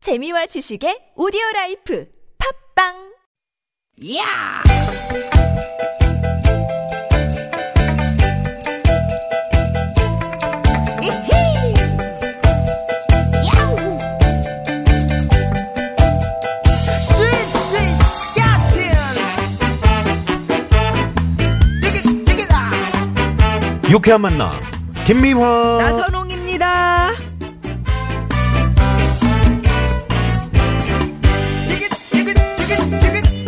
재미와 지식의 오디오 라이프 팝빵 야! 이히! 야우! 스윗, 스윗, 야틴! 되게, 되게다! 유쾌한 만남 김미화 나선홍입니다! 되게, 되게, 되게, 되게!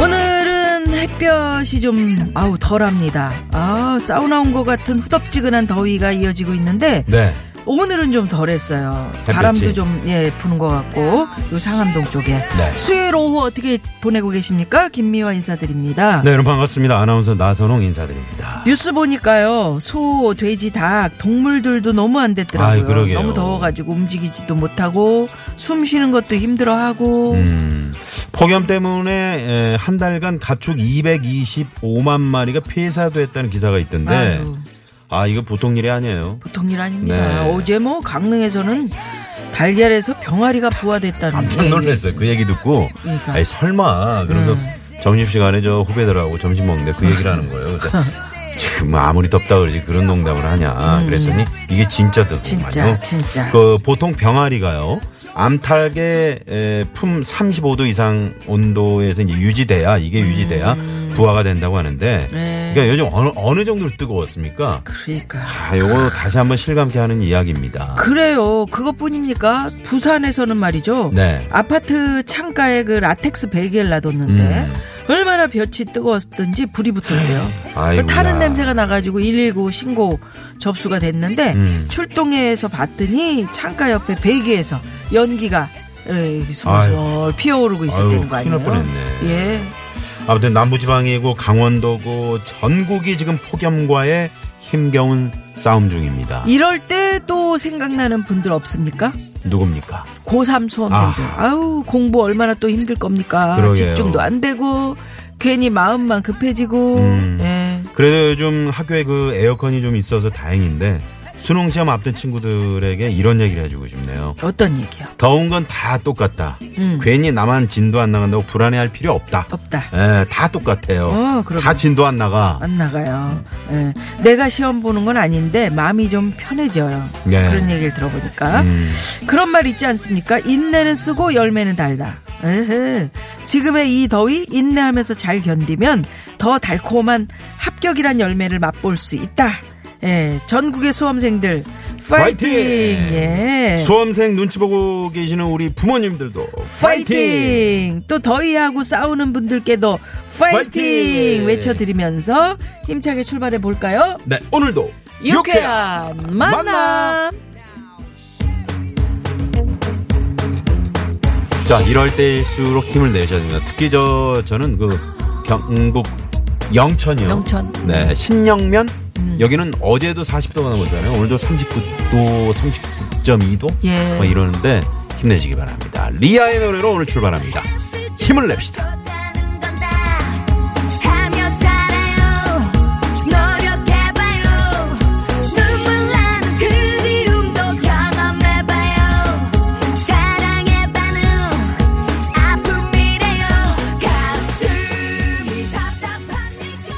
오늘은 햇볕이 좀 아우 덜합니다. 아 사우나 온 것 같은 후덥지근한 더위가 이어지고 있는데 네 오늘은 좀 덜했어요. 햇볕이. 바람도 좀 예 부는 것 같고 요 상암동 쪽에 네. 수요일 오후 어떻게 보내고 계십니까? 김미화 인사드립니다. 네, 여러분 반갑습니다 아나운서 나선홍 인사드립니다 뉴스 보니까요 소, 돼지, 닭 동물들도 너무 안 됐더라고요. 아이, 그러게요. 너무 더워가지고 움직이지도 못하고 숨 쉬는 것도 힘들어하고 음, 폭염 때문에 에, 한 달간 가축 225만 마리가 폐사됐다는 기사가 있던데 아유. 아 이거 보통 일이 아니에요 보통 일 아닙니다. 네. 어제 뭐 강릉에서는 달걀에서 병아리가 부화됐다는 깜짝 예, 놀랐어요 그 얘기 듣고 그러니까. 음. 아니 설마 그래서 점심시간에 저 후배들하고 점심 먹는데 그 얘기를 하는 거예요 그래서 지금 아무리 덥다 그러지 그런 농담을 하냐 그랬더니 이게 진짜 예. 음. 진짜 더군요 진짜 그 보통 병아리가요 암탉의 에, 품 35도 이상 온도에서 이제 유지돼야 이게 유지돼야 부화가 된다고 하는데 음. 네. 그러니까 요즘 어느 어느 정도로 뜨거웠습니까? 그러니까 아, 요거 다시 한번 실감케 하는 이야기입니다. 그래요. 그것뿐입니까? 부산에서는 말이죠. 네. 아파트 창가에 그 라텍스 베개를 놔뒀는데 음. 얼마나 볕이 뜨거웠던지 불이 붙던데요. 네. 아이고야. 그 타는 냄새가 나가지고 119 신고 접수가 됐는데 음. 출동해서 봤더니 창가 옆에 베개에서 연기가 어, 이렇게 아유. 솔솔 피어오르고 아유, 있었다는 거 큰일 날 아니에요? 뻔했네. 예. 아무튼 남부지방이고 강원도고 전국이 지금 폭염과의 힘겨운 싸움 중입니다. 이럴 때 또 생각나는 분들 없습니까? 누굽니까? 고3 수험생들. 아. 아. 우 공부 얼마나 또 힘들 겁니까? 그러게요. 집중도 안 되고 괜히 마음만 급해지고. 음. 예. 그래도 요즘 학교에 그 에어컨이 좀 있어서 다행인데 수능 시험 앞둔 친구들에게 이런 얘기를 해주고 싶네요. 어떤 얘기야? 더운 건 다 똑같다. 음. 괜히 나만 진도 안 나간다고 불안해할 필요 없다. 없다. 예, 다 똑같아요. 어, 그럼요. 다 진도 안 나가. 안 나가요. 예. 내가 시험 보는 건 아닌데 마음이 좀 편해져요. 네. 그런 얘기를 들어보니까 음, 그런 말 있지 않습니까? 인내는 쓰고 열매는 달다. 에헤. 지금의 이 더위 인내하면서 잘 견디면 더 달콤한 합격이란 열매를 맛볼 수 있다. 예, 전국의 수험생들 파이팅! 파이팅! 예. 수험생 눈치 보고 계시는 우리 부모님들도 파이팅! 파이팅! 또 더위하고 싸우는 분들께도 파이팅! 파이팅! 외쳐드리면서 힘차게 출발해 볼까요? 네, 오늘도 유쾌한 만남! 만남! 자, 이럴 때일수록 힘을 내셔야 됩니다. 특히 저 저는 그 경북 영천이요. 영천. 음. 네, 신영면 여기는 어제도 40도가 넘었잖아요. 오늘도 39도, 39.2도 예. 뭐 이러는데 힘내시기 바랍니다. 리아의 노래로 오늘 출발합니다. 힘을 냅시다. 좋다는 건다 하며 살아요 노력해봐요 눈물 나는 그리움도 경험해봐요 사랑해봐요 아픔이래요 가슴이 답답하니까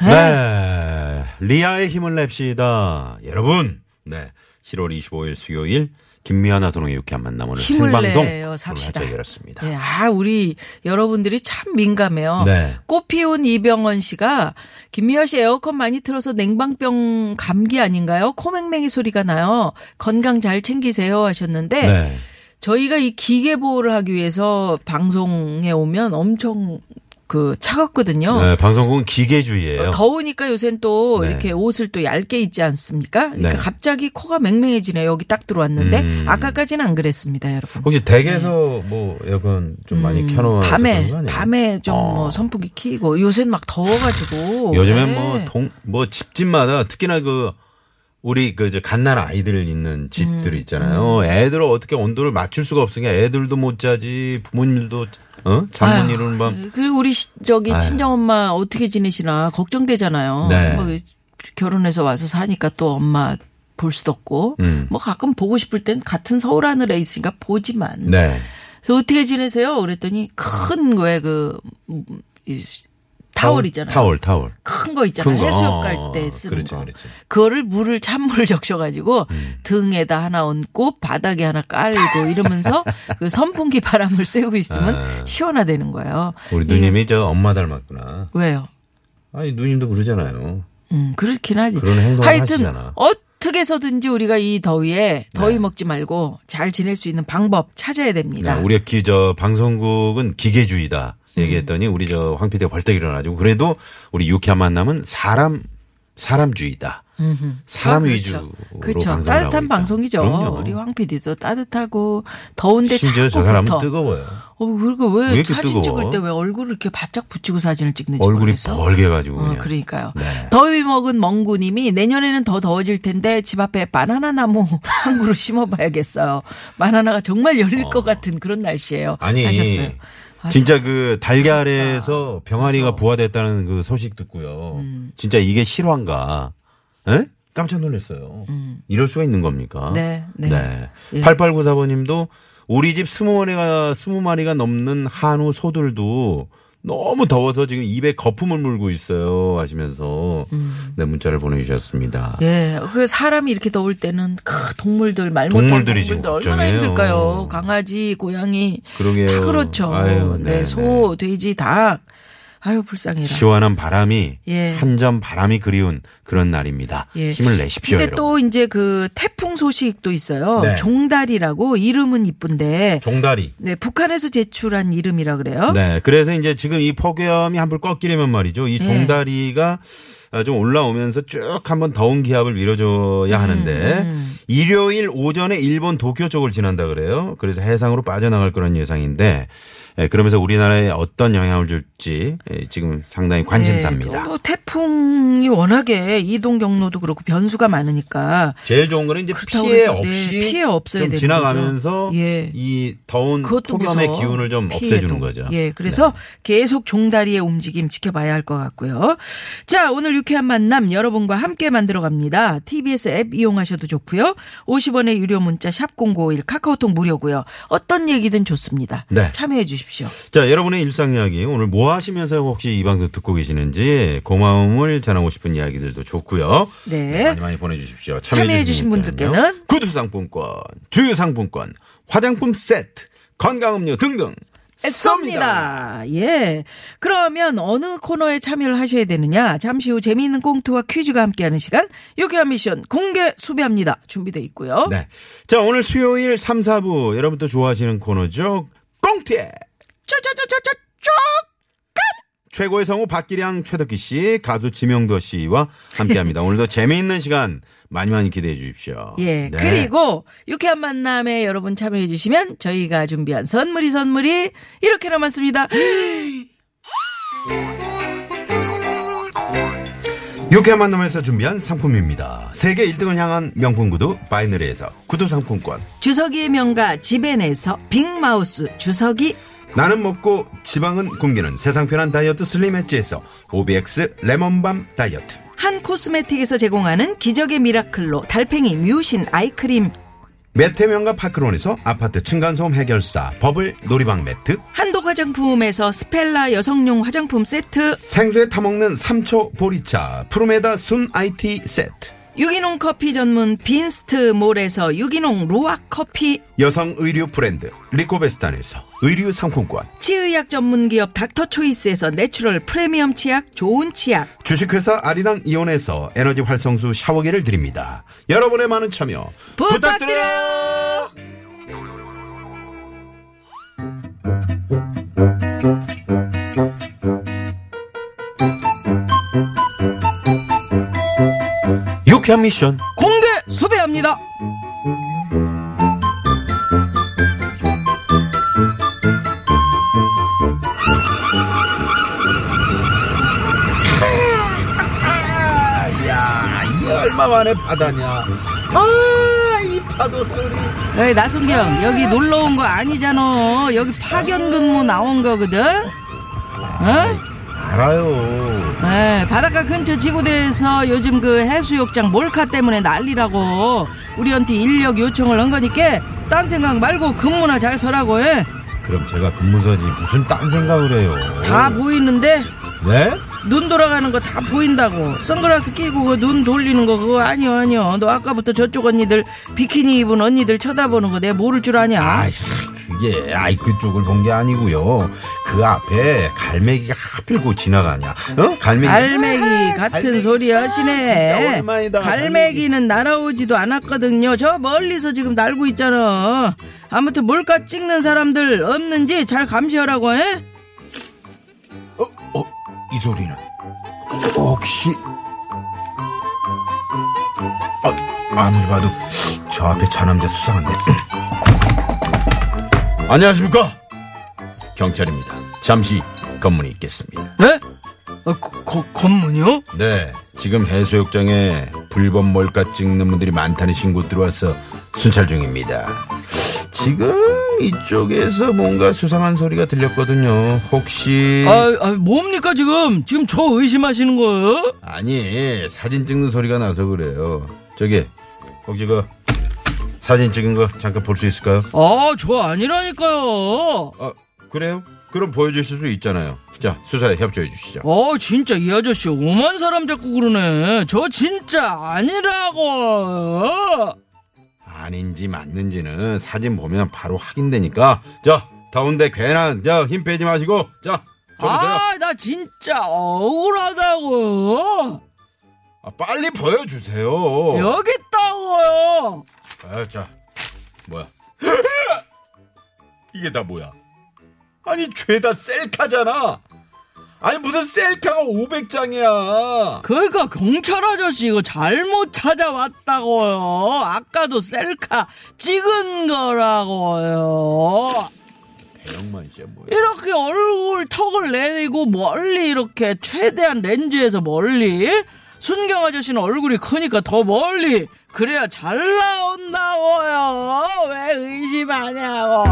네. 네. 리아의 힘을 냅시다. 여러분. 네. 7월 25일 수요일 김미아 나선홍의 유쾌한 만남 오늘 힘을 생방송 내요, 삽시다. 오늘 열었습니다. 예, 아, 우리 여러분들이 참 민감해요. 네. 꽃 피운 이병헌 씨가 김미화 씨 에어컨 많이 틀어서 냉방병 감기 아닌가요? 코맹맹이 소리가 나요. 건강 잘 챙기세요 하셨는데 네. 저희가 이 기계 보호를 하기 위해서 방송에 오면 엄청 그 차갑거든요. 네, 방송국은 기계주의예요. 더우니까 요샌 또 네. 이렇게 옷을 또 얇게 입지 않습니까? 그러니까 네. 갑자기 코가 맹맹해지네요. 여기 딱 들어왔는데 음. 아까까지는 안 그랬습니다, 여러분. 혹시 댁에서 뭐 에어컨 좀 많이 켜놓은 음, 밤에 밤에 좀 뭐 선풍기 키고 요새는 막 더워가지고 어. 요즘엔 네. 뭐 동 뭐 집집마다 특히나 그 우리 그저 갓난 아이들 있는 음, 집들 있잖아요. 애들을 어떻게 온도를 맞출 수가 없으니까 애들도 못 자지 부모님들도 어? 잠 아유, 못 이루는 밤. 그리고 우리 시- 저기 아유. 친정 엄마 어떻게 지내시나 걱정되잖아요. 네. 뭐 결혼해서 와서 사니까 또 엄마 볼 수도 없고 음. 뭐 가끔 보고 싶을 땐 같은 서울 하늘에 있으니까 보지만 네. 그래서 어떻게 지내세요? 그랬더니 큰 거에 그 음, 이 타월 있잖아요. 타월, 타월. 큰 거 있잖아요. 큰 거. 해수욕 어, 갈 때 쓰는 그렇죠, 음. 거. 그렇죠. 그거를 물을 찬물을 적셔가지고 등에다 하나 얹고 바닥에 하나 깔고 이러면서 그 선풍기 바람을 쐬고 있으면 아. 시원하다는 거예요. 우리 이- 누님이 저 엄마 닮았구나. 왜요? 아니 누님도 그러잖아요. 음, 그렇긴 하지. 그런 행동을 하여튼 하시잖아. 네. 어떻게 해서든지 우리가 이 더위에 더위 먹지 말고 잘 지낼 수 있는 방법 찾아야 됩니다. 우리 기저 방송국은 기계주의다 얘기했더니 음. 우리 저 황피디가 벌떡 일어나지고 그래도 우리 유쾌한 만남은 사람 사람주의다. 사람 아, 위주로 그렇죠. 방송을 하고 따뜻한 있다. 방송이죠. 그럼요. 우리 황 PD도 따뜻하고 더운데 심지어 자꾸 저 사람은 붙어. 뜨거워요. 어, 그리고 왜, 왜 이렇게 사진 뜨거워? 찍을 때 왜 얼굴을 이렇게 바짝 붙이고 사진을 찍는지 얼굴이 모르겠어. 벌게 가지고 어, 그냥. 그러니까요. 네. 더위 먹은 멍구님이 내년에는 더 더워질 텐데 집 앞에 바나나 나무 한 그루 심어봐야겠어요. 바나나가 정말 열릴 것 같은 그런 날씨예요. 어. 아니 하셨어요. 아, 진짜 그 달걀에서 병아리가 부화됐다는 그 소식 듣고요. 음. 진짜 이게 실화인가? 에? 깜짝 놀랐어요. 이럴 수가 있는 겁니까? 음. 네, 네. 예. 8894번님도 우리 집 스무 마리가 스무 마리가 넘는 한우 소들도 너무 더워서 지금 입에 거품을 물고 있어요 하시면서 네 문자를 보내주셨습니다. 음. 예, 그 사람이 이렇게 더울 때는 크, 동물들 말 못하는 동물들이 동물들이 지금 얼마나 걱정이에요. 힘들까요? 강아지, 고양이 그러게요. 다 그렇죠. 아유, 네, 네, 네. 소, 돼지, 닭. 아유 불쌍해라. 시원한 바람이 예. 한 점 바람이 그리운 그런 날입니다. 예. 힘을 내십시오. 근데 여러분. 또 이제 그 태풍 소식도 있어요. 네. 종달이라고 이름은 이쁜데 종다리. 네, 북한에서 제출한 이름이라 그래요. 네. 그래서 이제 지금 이 폭염이 한풀 꺾이려면 말이죠. 이 네. 종다리가 아, 좀 올라오면서 쭉 한번 더운 기압을 밀어줘야 음, 하는데 일요일 오전에 일본 도쿄 쪽을 지난다 그래요. 그래서 해상으로 빠져나갈 그런 예상인데 예, 그러면서 우리나라에 어떤 영향을 줄지 예, 지금 상당히 관심사입니다. 네, 또 태풍이 워낙에 이동 경로도 그렇고 변수가 많으니까 제일 좋은 거는 이제 그렇다고 피해 해서, 네, 없이 피해 없어야 좀 되는 지나가면서 거죠. 예. 이 더운 그것도 폭염의 무서워. 기운을 좀 피해도. 없애주는 거죠. 네. 예, 그래서 계속 종다리의 움직임 지켜봐야 할 것 같고요. 자, 오늘 유쾌한 만남 여러분과 함께 만들어 갑니다. TBS 앱 이용하셔도 좋고요. 50원의 유료 문자 샵 #0951 카카오톡 무료고요. 어떤 얘기든 좋습니다. 네. 참여해 주십시오. 자, 여러분의 일상 이야기 오늘 뭐 하시면서 혹시 이 방송 듣고 계시는지 고마움을 전하고 싶은 이야기들도 좋고요. 네. 많이 많이 보내주십시오. 참여해 주신 분들께는 구두 상품권, 주유 상품권, 화장품 세트, 건강음료 등등 쏩니다. 예. 그러면 어느 코너에 참여를 하셔야 되느냐? 잠시 후 재미있는 꽁트와 퀴즈가 함께하는 시간 유쾌한 미션 공개 수배합니다. 준비돼 있고요. 네. 자, 오늘 수요일 3, 4부 여러분 또 좋아하시는 코너죠. 꽁트에 쪼쪼쪼쪼쪼 최고의 성우 박기량, 최덕기 씨, 가수 지명도 씨와 함께합니다. 오늘도 재미있는 시간 많이 많이 기대해 주십시오. 예. 네. 그리고 유쾌한 만남에 여러분 참여해 주시면 저희가 준비한 선물이 선물이 이렇게 남았습니다. 유쾌한 만남에서 준비한 상품입니다. 세계 1등을 향한 명품 구두 바이너리에서 구두 상품권. 주석이의 명가 지벤에서 빅마우스 주석이 나는 먹고 지방은 굶기는 세상 편한 다이어트 슬림 엣지에서 오비엑스 레몬밤 다이어트. 한 코스메틱에서 제공하는 기적의 미라클로 달팽이 뮤신 아이크림 매태명과 파크론에서 아파트 층간소음 해결사 버블 놀이방 매트. 한독 화장품에서 스펠라 여성용 화장품 세트 생수에 타먹는 삼초 보리차 프로메다 순 IT 세트. 유기농 커피 전문 빈스트 몰에서 유기농 루아 커피 여성 의류 브랜드 리코베스탄에서 의류 상품권. 치의학 전문 기업 닥터 초이스에서 내추럴 프리미엄 치약 좋은 치약 주식회사 아리랑 이온에서 에너지 활성수 샤워기를 드립니다. 여러분의 많은 참여 부탁드려요. 유쾌한 미션. 공개 수배합니다. 야, 이 얼마 만에 바다냐. 아, 이 파도 소리. 에이, 나순경 여기 놀러 온 거 아니잖아. 여기 파견 근무 나온 거거든. 뭐 어? 아, 알아요. 네, 바닷가 근처 지구대에서 요즘 그 해수욕장 몰카 때문에 난리라고 우리한테 인력 요청을 한 거니까 딴 생각 말고 근무나 잘 서라고 해. 그럼 제가 근무서지 무슨 딴 생각을 해요. 다 보이는데 네? 눈 돌아가는 거 다 보인다고 선글라스 끼고 그 눈 돌리는 거 그거 아니요 아니요 너 아까부터 저쪽 언니들 비키니 입은 언니들 쳐다보는 거 내 모를 줄 아냐 아, 그게 아이 그쪽을 본 게 아니고요. 그 앞에 갈매기가 하필 고 지나가냐? 어? 갈매기. 갈매기 아, 같은 갈매기 소리 참 진짜 하시네. 오랜만이다, 갈매기. 갈매기는 날아오지도 않았거든요. 저 멀리서 지금 날고 있잖아. 아무튼 몰카 찍는 사람들 없는지 잘 감시하라고 해. 어, 어, 이 소리는 혹시 어, 아무리 봐도 저 앞에 저 남자 수상한데. 안녕하십니까? 경찰입니다. 잠시 검문이 있겠습니다. 네? 검문요? 네, 지금 해수욕장에 불법 몰카 찍는 분들이 많다는 신고 들어와서 순찰 중입니다. 지금 이쪽에서 뭔가 수상한 소리가 들렸거든요. 혹시 아, 아, 뭡니까 지금? 지금 저 의심하시는 거예요? 아니 사진 찍는 소리가 나서 그래요. 저기 혹시 그 사진 찍은 거 잠깐 볼 수 있을까요? 아, 저 아니라니까요. 아 그래요? 그럼 보여주실 수 있잖아요. 자 수사에 협조해 주시죠. 아, 진짜 이 아저씨 오만 사람 자꾸 그러네. 저 진짜 아니라고. 아닌지 맞는지는 사진 보면 바로 확인되니까 자 더운데 괜한 자힘 빼지 마시고 자 저보세요. 아, 나 진짜 억울하다고. 아, 빨리 보여주세요. 여기 있다고요. 아, 자 뭐야? 이게 다 뭐야? 아니 죄다 셀카잖아. 아니 무슨 셀카가 500장이야. 그러니까 경찰 아저씨 이거 잘못 찾아왔다고요. 아까도 셀카 찍은 거라고요. 배영만 씨야 뭐야? 이렇게 얼굴 턱을 내리고 멀리 이렇게 최대한 렌즈에서 멀리 순경 아저씨는 얼굴이 크니까 더 멀리 그래야 잘 나온다고요. 왜 의심하냐고요. 어?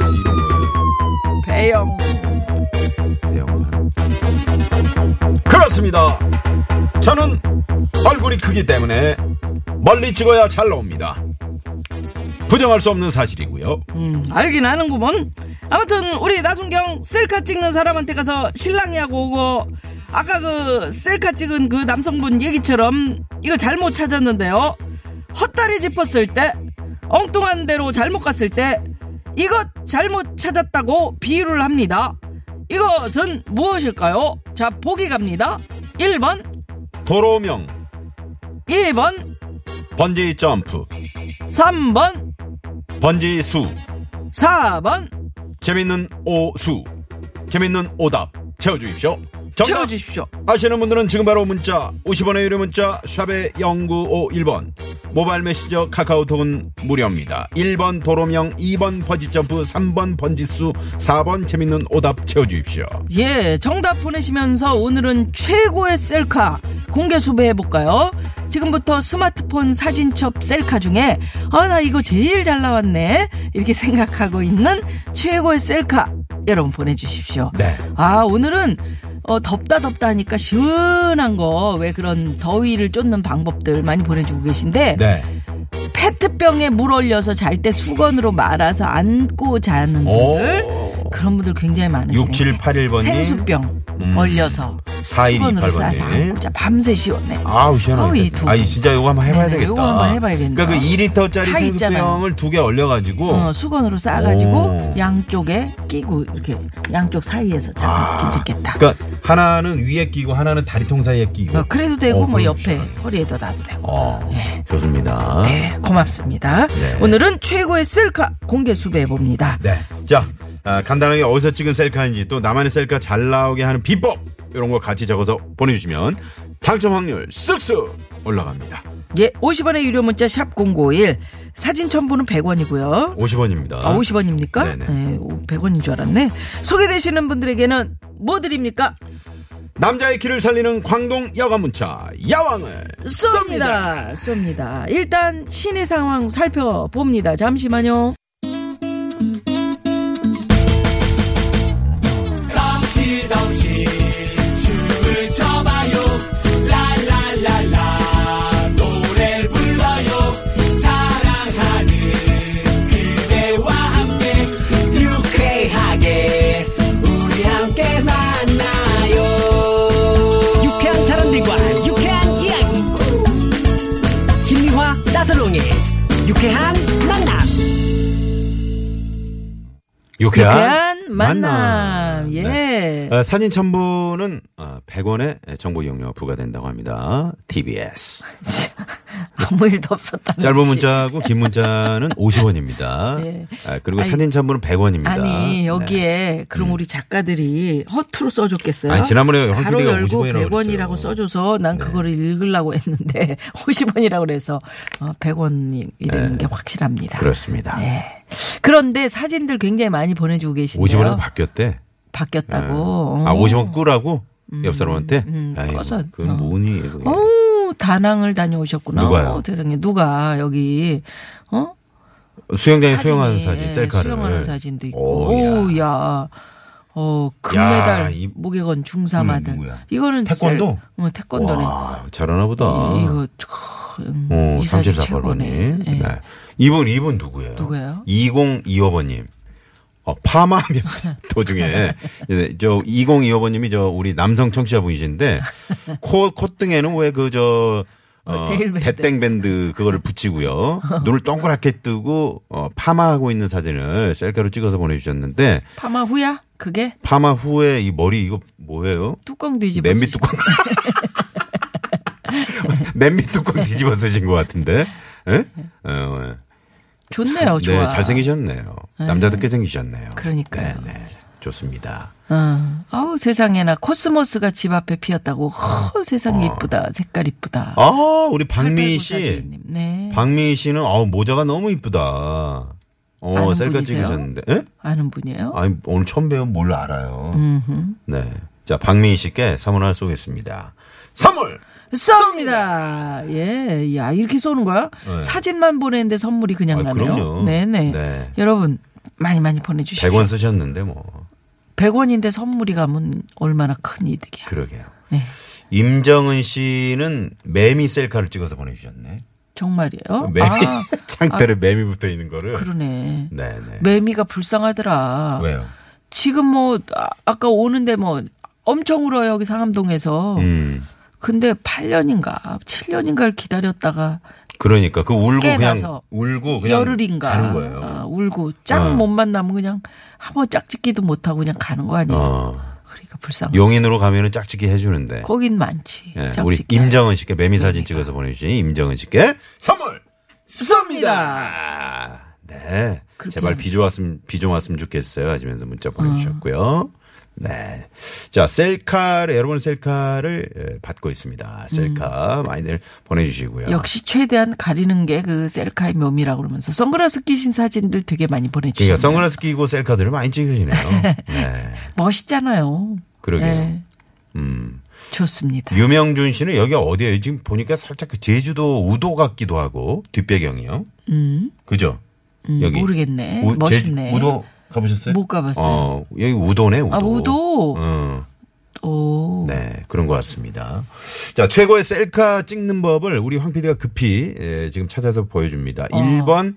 아직 이런 거예요. 배영. 배영만. 그렇습니다. 저는 얼굴이 크기 때문에 멀리 찍어야 잘 나옵니다. 부정할 수 없는 사실이고요. 음, 알긴 하는구먼. 아무튼 우리 나순경 셀카 찍는 사람한테 가서 신랑이하고 오고 아까 그 셀카 찍은 그 남성분 얘기처럼 이거 잘못 찾았는데요. 헛다리 짚었을 때 엉뚱한 데로 잘못 갔을 때 이것 잘못 찾았다고 비유를 합니다. 이것은 무엇일까요? 자, 보기 갑니다. 1번, 도로명, 2번, 번지 점프, 3번, 번지 수, 4번 재밌는 오수, 재밌는 오답 채워주십시오. 정답 채워주십시오. 아시는 분들은 지금 바로 문자 50원의 유료 문자 샵의 0951번 모바일 메시저 카카오톡은 무료입니다. 1번 도로명 2번 번지점프 3번 번지수 4번 재밌는 오답 채워주십시오. 예, 정답 보내시면서 오늘은 최고의 셀카 공개 수배해볼까요? 지금부터 스마트폰 사진첩 셀카 중에, 아, 나 이거 제일 잘 나왔네. 이렇게 생각하고 있는 최고의 셀카 여러분 보내주십시오. 네. 아, 오늘은 어, 덥다 덥다 하니까 시원한 거 왜 그런 더위를 쫓는 방법들 많이 보내주고 계신데 네. 페트병에 물 올려서 잘 때 수건으로 말아서 안고 자는 오. 분들 그런 분들 굉장히 많으시네요. 6781번님. 네? 생수병 음. 얼려서 수건으로 4128 번님. 싸서 안고 자 밤새 시원해. 아우 시원하게. 아우, 이 됐다. 두 아이 분. 진짜 이거 한번 해봐야 네네, 되겠다. 요거 한번 해봐야겠네요. 그러니까 그 2리터짜리 다 있잖아요. 생수병을 두 개 얼려가지고 어, 수건으로 싸가지고 오. 양쪽에 끼고 이렇게 양쪽 사이에서 자면 아, 괜찮겠다. 그러니까 하나는 위에 끼고 하나는 다리통 사이에 끼고. 어, 그래도 되고 어, 뭐 그럼 옆에 시원해. 허리에다 놔도 되고. 어, 좋습니다. 네, 고맙습니다. 아. 네. 오늘은 최고의 셀카 공개 수배해 봅니다. 네. 자, 아, 간단하게 어디서 찍은 셀카인지 또 나만의 셀카 잘 나오게 하는 비법 이런 거 같이 적어서 보내주시면 당첨 확률 쓱쓱 올라갑니다. 예, 50원의 유료 문자 샵 #051 사진 첨부는 100원이고요. 50원입니다. 아, 50원입니까? 네네. 100원인 줄 알았네. 소개되시는 분들에게는 뭐 드립니까? 남자의 키를 살리는 광동 여가 문자 야왕을 쏩니다. 쏩니다. 일단 시내 상황 살펴봅니다. 잠시만요. 유쾌한, 유쾌한 만남. 예. 어, 사진 첨부는 어, 100원의 정보 이용료가 부과된다고 합니다. TBS. 아무 일도 없었다는 짧은 듯이. 문자하고 긴 문자는 50원입니다. 예. 그리고 아니, 사진 첨부는 100원입니다. 아니 여기에 그럼 음. 우리 작가들이 허투루 써줬겠어요? 아니, 지난번에 황 가로 PD가 열고 50원이라고 100원이라고 그랬어요. 써줘서 난 네. 그거를 읽으려고 했는데 50원이라고 그래서 어, 100원이 이런 게 확실합니다. 네. 그렇습니다. 네. 그런데 사진들 굉장히 많이 보내주고 계신데요. 50원에서 바뀌었대. 바뀌었다고. 음, 아, 50원 꾸라고? 옆 사람한테? 아이고, 꺼서, 그건 어. 뭐니? 그게. 오, 다낭을 다녀오셨구나. 네. 누가요? 어, 세상에 누가 여기 어? 네, 수영장에 사진이, 수영하는 사진, 예, 셀카를. 네. 수영하는 사진도 있고. 오, 오, 야. 야. 어, 금메달, 야, 이 목에 건 중사마들. 분은 누구야? 이거는 태권도? 셀- 어, 태권도네. 와, 잘하나 보다. 이- 이거 저, 오, 음, 이사주 34번님. 최고네. 예. 네. 이분, 이분 누구예요? 누구예요? 2025번님. 어, 파마하면서 도중에 예, 저 2025번님이 저 우리 남성 청취자분이신데 코 콧등에는 왜 그 저 어, 어, 데일밴드. 대땡밴드 그거를 붙이고요 눈을 동그랗게 뜨고 어, 파마하고 있는 사진을 셀카로 찍어서 보내주셨는데 파마 후야? 그게 파마 후에 이 머리 이거 뭐예요? 뚜껑 뒤집어. 냄비 뚜껑. 냄비 뚜껑 뒤집어 쓰신 것 같은데. 예? 어, 좋네요, 좋아. 네, 잘생기셨네요. 남자답게 생기셨네요. 그러니까요. 네, 네. 좋습니다. 어. 아우, 세상에나 코스모스가 집 앞에 피었다고. 허, 세상에 이쁘다. 색깔 이쁘다. 어. 아, 우리 박미희 씨. 8894주인님. 네. 박미희 씨는 어, 모자가 너무 이쁘다. 어, 아는 셀카 분이세요? 찍으셨는데. 예? 아는 분이에요? 아니, 오늘 처음 배운 뭘 알아요. 네. 자, 박미희 씨께 선물 하나 쏘겠습니다. 선물! 쏩니다. 예, 야 이렇게 쏘는 거야? 네. 사진만 보내는데 선물이 그냥 아, 가네요. 그럼요. 네네. 네. 여러분 많이 많이 보내주십시오. 100원 쓰셨는데 뭐. 100원. 인데 선물이 가면 얼마나 큰 이득이야. 그러게요. 네. 임정은 씨는 매미 셀카를 찍어서 보내주셨네. 정말이에요? 어, 매미 아, 창틀에 매미 붙어 있는 거를. 그러네. 네네. 매미가 불쌍하더라. 왜요? 지금 뭐 아, 아까 오는데 뭐 엄청 울어요 여기 상암동에서. 음. 근데 8년인가 7년인가를 기다렸다가 그러니까 그 울고 그냥 깨나서 울고 그냥 열흘인가 가는 거예요. 아, 울고 짝 어. 몸만 나면 그냥 한번 짝짓기도 못 하고 그냥 가는 거 아니에요. 어. 그러니까 불쌍. 용인으로 가면은 짝짓기 해주는데. 거긴 많지. 예, 짝짓기. 우리 임정은 씨께 매미 사진 찍어서 보내주신 임정은 씨께 선물 쏩니다. 네. 그렇게 제발 하면- 비 좀 왔으면 비 좀 왔으면 좋겠어요. 하시면서 문자 보내주셨고요. 네. 자 셀카를 여러분 셀카를 예, 받고 있습니다. 셀카 많이들 보내주시고요. 음. 역시 최대한 가리는 게 그 셀카의 묘미라고 그러면서 선글라스 끼신 사진들 되게 많이 보내주시네요. 그러니까 선글라스 끼고 셀카들을 많이 찍으시네요. 네. 멋있잖아요. 그러게요. 네, 음. 좋습니다. 유명준 씨는 여기가 어디예요? 지금 보니까 살짝 그 제주도 우도 같기도 하고 뒷배경이요. 음, 그죠? 음, 여기. 모르겠네. 우- 멋있네. 제주- 우도 가보셨어요? 못 가봤어요. 어, 여기 우도네, 우도. 아, 우도? 음, 오. 네, 그런 것 같습니다. 자, 최고의 셀카 찍는 법을 우리 황 PD가 급히 예, 지금 찾아서 보여줍니다. 어. 1번,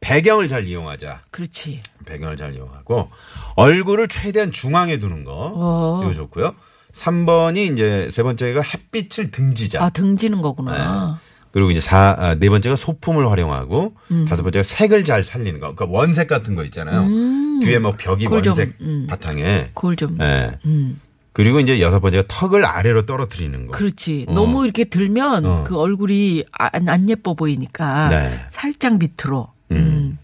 배경을 잘 이용하자. 그렇지. 배경을 잘 이용하고, 얼굴을 최대한 중앙에 두는 거. 어. 이거 좋고요. 3번이 이제 세 번째가 햇빛을 등지자. 아 등지는 거구나. 그리고 이제 사, 아, 네 번째가 소품을 활용하고 음. 다섯 번째가 색을 잘 살리는 거. 그러니까 원색 같은 거 있잖아요. 뒤에 뭐 벽이 그걸 좀, 원색 음. 바탕에. 그걸 좀. 예. 음. 그리고 이제 여섯 번째가 턱을 아래로 떨어뜨리는 거. 그렇지. 어. 너무 이렇게 들면 어. 그 얼굴이 안, 안 예뻐 보이니까 네. 살짝 밑으로 음.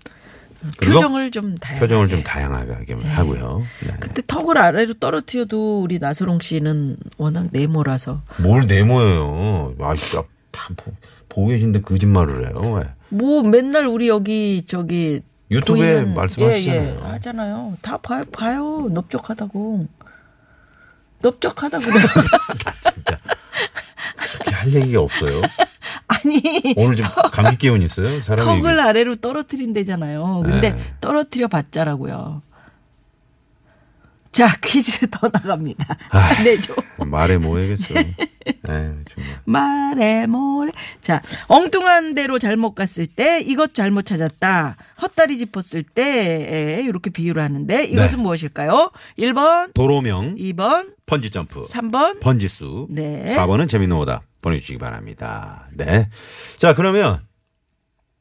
그리고 표정을 좀 다양하게. 표정을 좀 다양하게 하고요. 네. 근데 턱을 아래로 떨어뜨려도 우리 나서롱 씨는 워낙 네모라서 뭘 네모예요. 아, 진짜 다 보, 보고 계신데 거짓말을 해요. 왜? 뭐 맨날 우리 여기 저기 유튜브에 보이는- 말씀하시잖아요. 예, 예. 하잖아요. 다 봐요, 봐요. 넓적하다고. 넓적하다고. 그래요. 그렇게 할 얘기가 없어요. 아니 오늘 좀 감기 기운 있어요? 사람이. 턱을 아래로 떨어뜨린대잖아요. 근데 네. 떨어뜨려 봤자라고요. 자 퀴즈 더 나갑니다. 아. 내줘 말해 뭐 해겠어. 에 정말. 말해 뭐래. 자 엉뚱한 대로 잘못 갔을 때 이것 잘못 찾았다. 헛다리 짚었을 때 이렇게 비유를 하는데 이것은 네. 무엇일까요? 1번, 도로명, 2번, 펀지 점프, 3번. 번지수, 네. 4번은 재밌는 오답 보내주시기 바랍니다. 네. 자, 그러면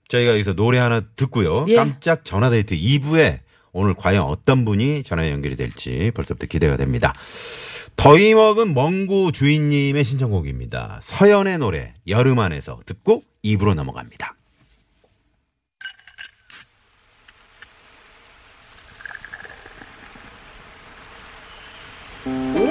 저희가 여기서 노래 하나 듣고요. 예. 깜짝 전화데이트 2부에 오늘 과연 어떤 분이 전화 연결이 될지 벌써부터 기대가 됩니다. 더위 먹은 멍구 주인님의 신청곡입니다. 서연의 노래 여름 안에서 듣고 입으로 넘어갑니다. 오후